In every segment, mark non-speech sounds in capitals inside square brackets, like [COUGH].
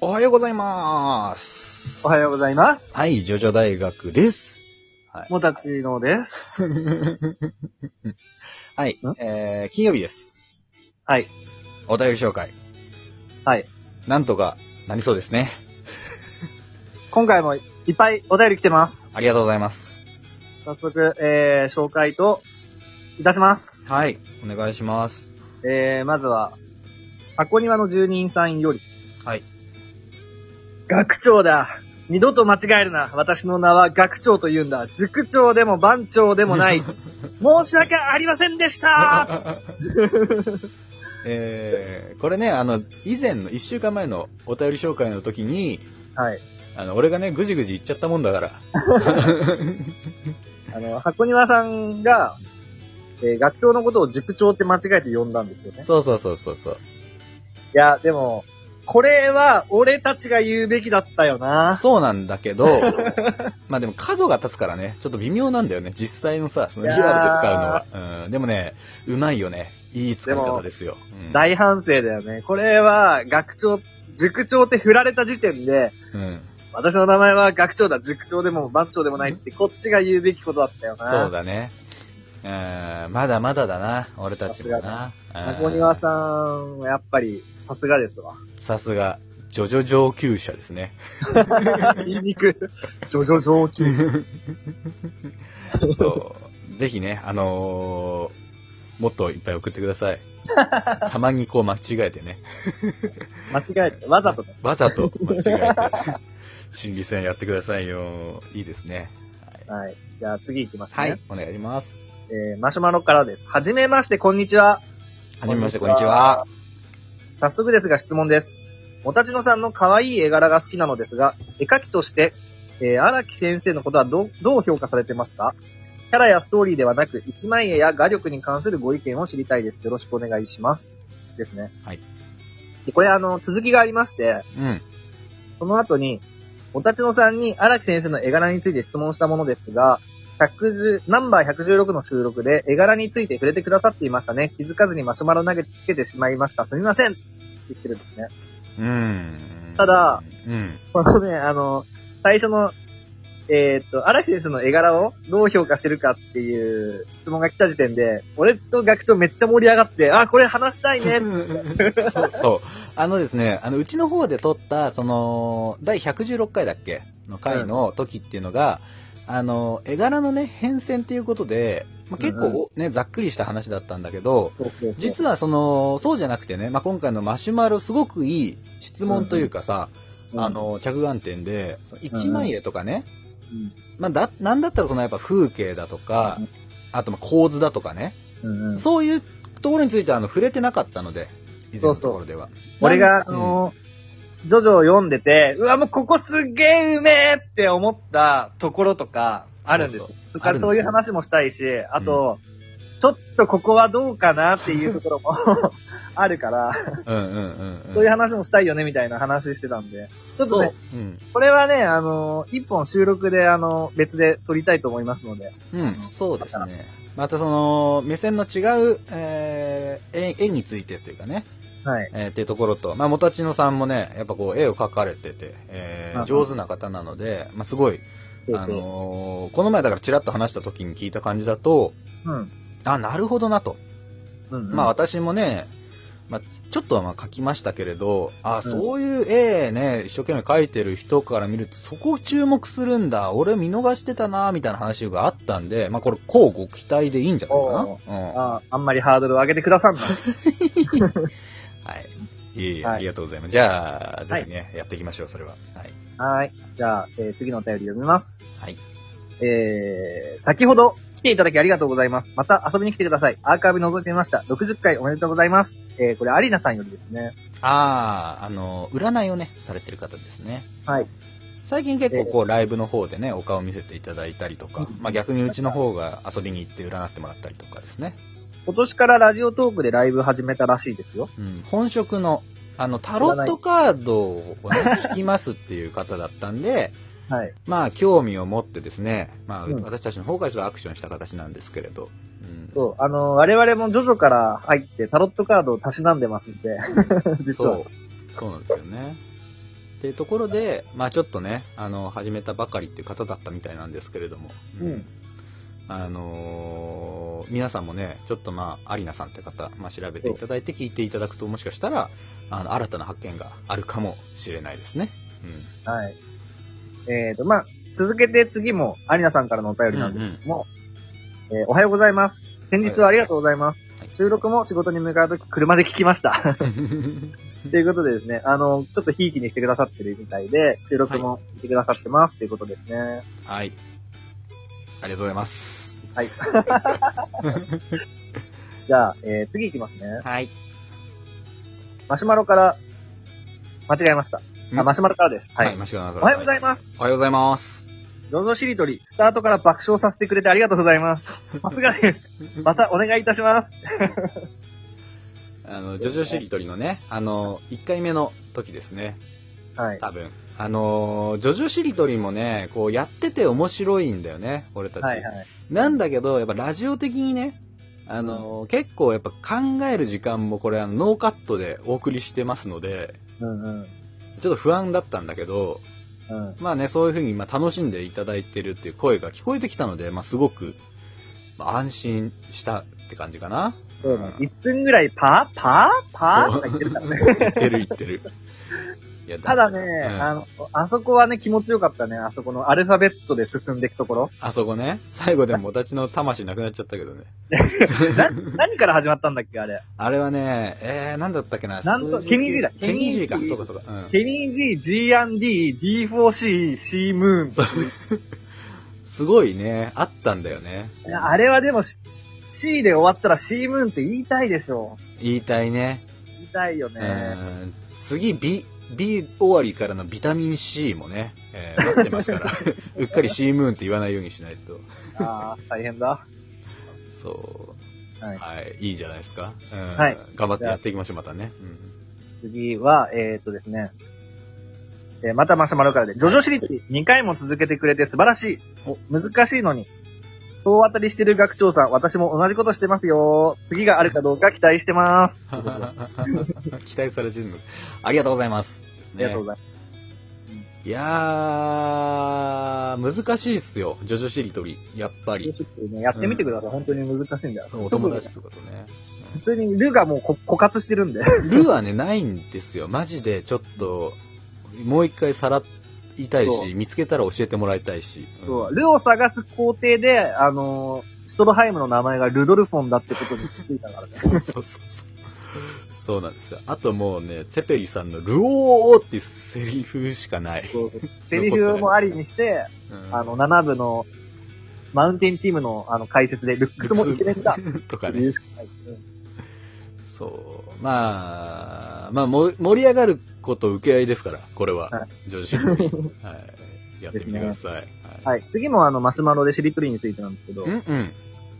おはようございます。おはようございます。はい、ジョジョ大学です。もたちのです。 [LAUGHS] はい、えー、金曜日です。はい。お便り紹介。はい。なんとかなりそうですね。今回もいっぱいお便り来てます。ありがとうございます。早速、えー、紹介と、いたします。はい、お願いします。えー、まずは、箱庭の住人さんより。はい。学長だ。二度と間違えるな。私の名は学長と言うんだ。塾長でも番長でも [LAUGHS] ない。申し訳ありませんでした。えー、これね、あの、以前の、一週間前のお便り紹介の時に、はい。あの、俺がね、ぐじぐじ言っちゃったもんだから。あの、箱庭さんが、えー、学長のことを塾長って間違えて呼んだんですよ [LAUGHS] ね。そうそうそうそうそう。いや、でも、これは俺たちが言うべきだったよな。そうなんだけ [LAUGHS] ど、まあでも角が立つからね、ちょっと微妙なんだよね。実際のさ、そのリアルで使うのは。うん、でもね、うまいよね。いい使い方ですよ。うん大反省だよね。これは、学長、塾長って振られた時点で、うん。私の名前は学長だ、塾長でも番長でもないって、こっちが言うべきことだったよな。そう。だね。うん、まだまだだな、俺たちもな。中うん庭さんはやっぱり、さすがです [LAUGHS] わ。さすが、ジョジョ上級者です [LAUGHS] ね。言いにくい。ジョジョ上級。そうぜひね、あのーもっといっぱい送ってくだ [LAUGHS] さい。たまにこう間違えてね。間違えて、わざとね。わざと間違え [LAUGHS] て。心理戦やってくださいよ。いいですね。はい。じゃあ次行きますね。はい。、お願いします。えー、マシュマロからです。はじめまして、こんにちは。はじめまして、こんにちは。。早速ですが質問です。おたちのさんの可愛い絵柄が好きなのですが、絵描きとして、えー荒木先生のことはどう、どう評価されてますかキャラやストーリーではなく、一枚絵や画力に関するご意見を知りたいです。よろしくお願いします。ですね。はい。で、これあの、続きがありまして、うん。その後に、おたちのさんに荒木先生の絵柄について質問したものですが、110ナンバー116の収録で絵柄について触れてくださっていましたね。気づかずにマシュマロ投げつけてしまいました。すみませんって言ってるんですね。うん。ただ、うん。このね、あの、最初の、えーっと、荒木先生の絵柄をどう評価してるかっていう質問が来た時点で、俺と学長めっちゃ盛り上がって、あ、これ話したいね。 [LAUGHS] そうそう。あのですね、あの、うちの方で撮った、その、第116回だっけの回の時っていうのが、あの、絵柄のね、変遷っていうことで、まあ、結うん構ね、ざっくりした話だったんだけど、 [LAUGHS] そうそうそう実はその、そうじゃなくてね、まあ、今回のマシュマロすごくいい質問というかさ、あ、の、着眼点で、その一枚絵とかね、うんまあ、だ、なんだったらそのやっぱ風景だとかうん、あとまあ構図だとかね、うんうんそういうところについてはあの触れてなかったので、以前のところでは。俺が、あうんのー、ジョジョを読んでて、うわ、もうここすげえうめえって思ったところとかあるんです。そうそそううかあるらんだそういう話もしたいし、あと、ちょっとここはどうかなっていうところも [LAUGHS] あるから、うんうんうんうん。そういう話もしたいよねみたいな話してたんで、ちょっとそね、う。うん。これはね、あのー、一本収録で、あのー、別で撮りたいと思いますので、うん、そうですね。またその、目線の違う、えー、絵絵についてっていうかね、はい。えーっていうところと、まあ、もたちのさんもね、やっぱこう、絵を描かれてて、えーうん上手な方なので、まあ、すごい、そうあそうのーこの前だからちらっと話した時に聞いた感じだと、うん。あ、なるほどなと。うんうん。まあ私もね、まあ、ちょっとはまあ書きましたけれど、あうんそういう絵ね、一生懸命描いてる人から見ると、そこを注目するんだ、俺見逃してたな、みたいな話があったんで、まあこれ、こうご期待でいいんじゃないかな。おうん、はあ、あんまりハードルを上げてくださんな。い。いえいえ、はいありがとうございます。じゃあ、ぜひね、やっていきましょう、それは。はい。はい。じゃあ、えー次のお便り読みます。はい。えー、先ほど来ていただきありがとうございます。また遊びに来てください。アーカイブ覗いてみました。60回おめでとうございます。えー、これアリーナさんよりですね。ああ、あの、占いをね、されてる方ですね。はい。最近結構こう、ライブの方でね、お顔見せていただいたりとか、まあ逆にうちの方が遊びに行って占ってもらったりとかですね。今年からラジオトークでライブ始めたらしいですよ。うん、本職の、あの、タロットカードをね、聞きますっていう方だったんで、 [LAUGHS] はい。まあ、興味を持ってですね、まあ、うん私たちの方からちょっとアクションした形なんですけれど。うん、そう。あのー我々もジョジョから入 [LAUGHS] ってタロットカードをたしなんでますんで。実は。そう。そうなんですよね。っていうところで、まあちょっとね、あの、始めたばかりっていう方だったみたいなんですけれども。うん。あのー皆さんもね、ちょっとまあ、アリナさんって方、まあ、調べていただいて聞いていただくと、もしかしたら、あの、新たな発見があるかもしれないですね。はい。えっ、と、まあ、続けて次も、アリナさんからのお便うん。りなんですうんけども、えーおはようございます。先日はありがとうございます。はい収録も仕事に向かうとき、車で聞きました。うんということでですね、あの、ちょっとひいきにしてくださってるみたいで、収録もしてくださってます、ということですね。 [LAUGHS] はい。ありがとうございます。はい。じゃあ、えー、次行きますね。はい。マシュマロから、間違えました。あ、マシュマロからです。は。はいい、間違いなくおはようございす。ます。おはようございます。どうぞしりとり、スタートから爆笑させてくれてありがとうござ [LAUGHS] います。さすがです。またお願いいたします。あの、ジョジョしりとりのね、あの、1回目の時ですね。はい。多分。あのー、ジョジョしりとりもね、こう、やってて面白いんだよね、俺たち。はいはい。なんだけど、やっぱラジオ的にね、あのー結構やっぱ考える時間もこれあのノーカットでお送りしてますので、うんうん。ちょっと不安だったんだけど、うん。まあね、そういうふうにまあ楽しんでいただいてるっていう声が聞こえてきたので、まあすごく、まあ安心したって感じかな。そうだね。ん1分ぐらいパーパーパーそっうて言ってるからね。言ってる言って [LAUGHS] る。いやただね、 [LAUGHS] うんあの、あそこはね、気持ちよかったね。あそこのアルファベットで進んでいくところ。あそこね、最後でもおたちの魂なくなっちゃったけどね。[LAUGHS] な、何から始まったんだっけ、あれ。あれはね、えー、なんだったっけな。なんと数字ケニー G だケニー G か。ケニー G そうかそうか。うん。ケニー G、G&D、D4C、C ムーそう。 [LAUGHS] すごいね、あったんだよね。ン。いやあれはでも、し C で終わったら C ムーンって言いたいでしょ。言いたいね。言いたいようね。ん。次、B、B 終わりからのビタミン C もね、えー待ってます [LAUGHS] から。うっかり C ムーンって言わないようにしないと。ああ、大変だ。そう。はいはい。いいんじゃないですか。うん。はい。頑張ってやっていきましょう、またね。 [LAUGHS] うん。次は、えー、っとですね。えーまたマシュマロからで、ジョジョシリッジ2回も続けてくれて素晴らしいお。難しいのに。総当たりしてる学長さん、私も同じことしてますよ。次があるかどうか期待してます。ということであ期待されてるの。ありがとうございます。ですりがとうねご。ざいいやー、難しいっすよ。ジョジョしりとり。やっぱます。ジョジョり。シリッジね、やってみてください。本当に難しいんだよ。お友達とかとね。普通にルがもうこ枯渇してるんで。ルーはね、ないんですよ。マジで、ちょっと、もう一回さらいたいそうし、見つけたら教えてもらいたいし。うんそう、ルを探す工程で、あのーストロハイムの名前がルドルフォンだってことに気づいたからね。そうそうそうそう。そうなんですよ。あともうね、セペリさんのルオーってセリフしかない。セリフもありにして、うんあの、7部の、マウンテンチームの、あの、解説で、ルックスもイケメンだ。とか言ねう。しかない。うんそう。まあ、まあ、も盛り上がること受け合いですから、これは。はジョジョシンはい。やってみてください。はい。はい。次もあの、マシュマロでしりとりについてなんですけどうん、うん。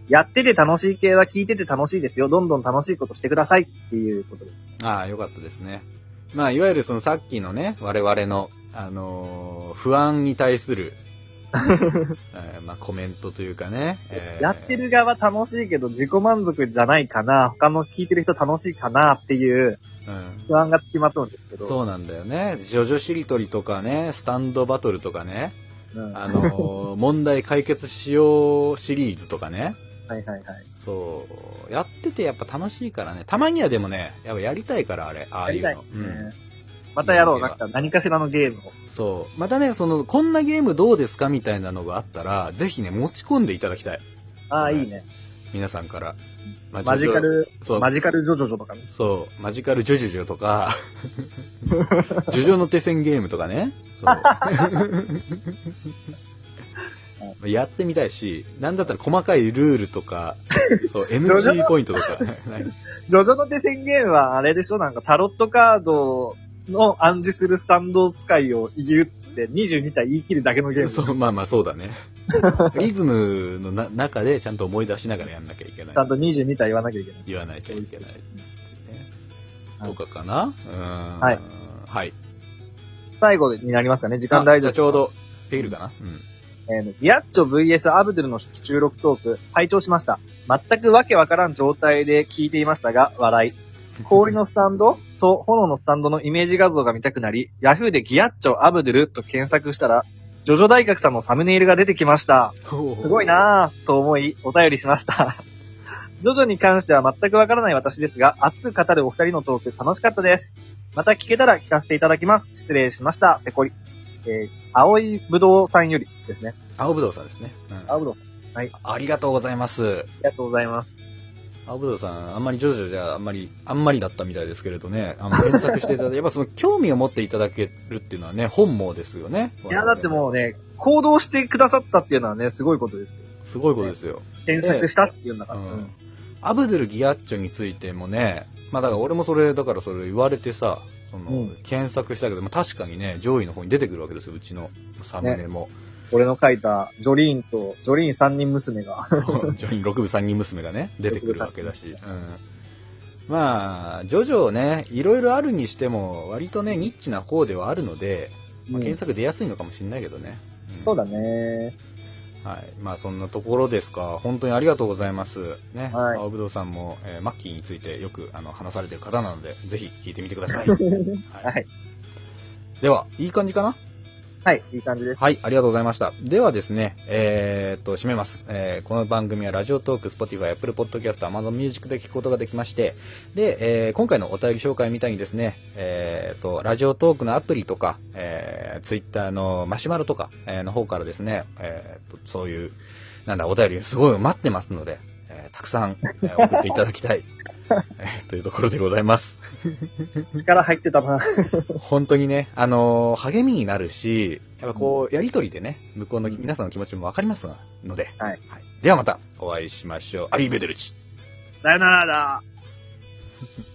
やってて楽しい系は聞いてて楽しいですよ。どんどん楽しいことしてくださいっていうことです。ああ、よかったですね。まあ、いわゆるそのさっきのね、我々の、あのー不安に対す [LAUGHS] る、えーまあ、コメントというかね。えーやってる側楽しいけど、自己満足じゃないかな、他の聞いてる人楽しいかなっていううん。不安がつきまとうんですけど、そうなんだよね。ジョジョしりとりとかね、スタンドバトルとかね、うん。はあ [LAUGHS] のー問題解決しようシリーズとかね。いはいはい。そう。やっててやっぱ楽しいからね。たまにはでもね、やっぱやりたいから、あれ。ああいやりうたいの。ね。うん。またやろ。いういねなんか何かしらのゲームを。そう。またね、その、こんなゲームどうですかみたいなのがあったら、ぜひね、持ち込んでいただきたい。ああ、はいいいね。皆さんから。まあマジカ。ル、ジョジョそう。マジカルジョジョジョとかね。そう。マジカルジョジョジョと [LAUGHS] か、ジョジョの手線ゲームとかね。そう。 [LAUGHS] やってみたいし、なんだったら細かいルールとか、 [LAUGHS] そう、ジョジョの MG ポイントとか。ジョジョの手宣言はあれでしょなんかタロットカードの暗示するスタンド使いを言うって22体言い切るだけの [LAUGHS] ゲー [LAUGHS] ム。そう、まあまあそうだ [LAUGHS] ね。リズムのな中でちゃんと思い出しながらやんなきゃいけないちゃ。んと22体言わなきゃいけない。言わなきゃいけない。ねはといかかなうん。はい。はい。最後になりますかね時間大あじ丈夫。ゃあちょう。ど、できるかなうん。えー、ギアッチョ VS アブドゥルの収録トーク、拝聴しました。全くわけわからん状態で聞いていましたが、笑い。氷のスタンドと炎のスタンドのイメージ画像が見たくなり、Yahoo でギアッチョアブドゥルと検索したら、ジョジョ大学さんのサムネイルが出てきました。すごいなぁと思いお便りしました。 [LAUGHS] ジョジョに関しては全くわからない私ですが、熱く語るお二人のトーク楽しかったです。また聞けたら聞かせていただきます。失礼しました。ペコリ。えー、青いぶどうさんよりですね。青ぶどうさんですね。うん青ぶどう。ありがとうございます。ありがとうございます。青ぶどうさん、あんまりジョジョじゃあんまり、あんまりだったみたいですけれどね、あの検索していただいて、や [LAUGHS] っぱその興味を持っていただけるっていうのはね、本望ですよね。いや、だってもうね、行動してくださったっていうのはね、すごいことですよ。う。すごいことですよ。検索したっていうんだうから。うんん。アブドゥル・ギアッチョについてもね、まあだから俺もそれ、だからそれ言われてさ、その、うん検索したけど、まあ確かにね、上位の方に出てくるわけですよ、うちのサムネも。俺の書いた、ジョリーンと、ジョリーン三人娘が。 [LAUGHS] ジョイン6部3人娘がね、出てくるわけだし。うん、まあ、ジョジョね、いろいろあるにしても、割とね、ニッチな方ではあるので、まあ検索出やすいのかもしれないけどね。んそうだね。 [LAUGHS] はい。まあ、そんなところですか。本当にありがとうございます。ね。はい青ぶどうさんも、えーマッキーについてよく、あの、話されてる方なので、ぜひ聞いてみてくださ [LAUGHS] い。ははい。では、いい感じかなはい、いい感じです。はい、ありがとうございました。ではですね、えー、っと、締めます。えーこの番組はラジオトーク、Spotify、Apple Podcast、Amazon Music で聞くことができまして、で、えー今回のお便り紹介みたいにですね、えーっと、ラジオトークのアプリとか、えー、Twitter のマシュマロとか、えーの方からですね、えーっと、そういう、なんだ、お便りすごい待ってますので、えーたくさん、えー送っていただきたい、えーというところでございます。力入ってたな。本当にね、あのー励みになるし、やっぱこう、やりとりでね、向こうのうん皆さんの気持ちもわかりますので、はいではまたお会いしましょう。アリーベデルチ。さよならだ。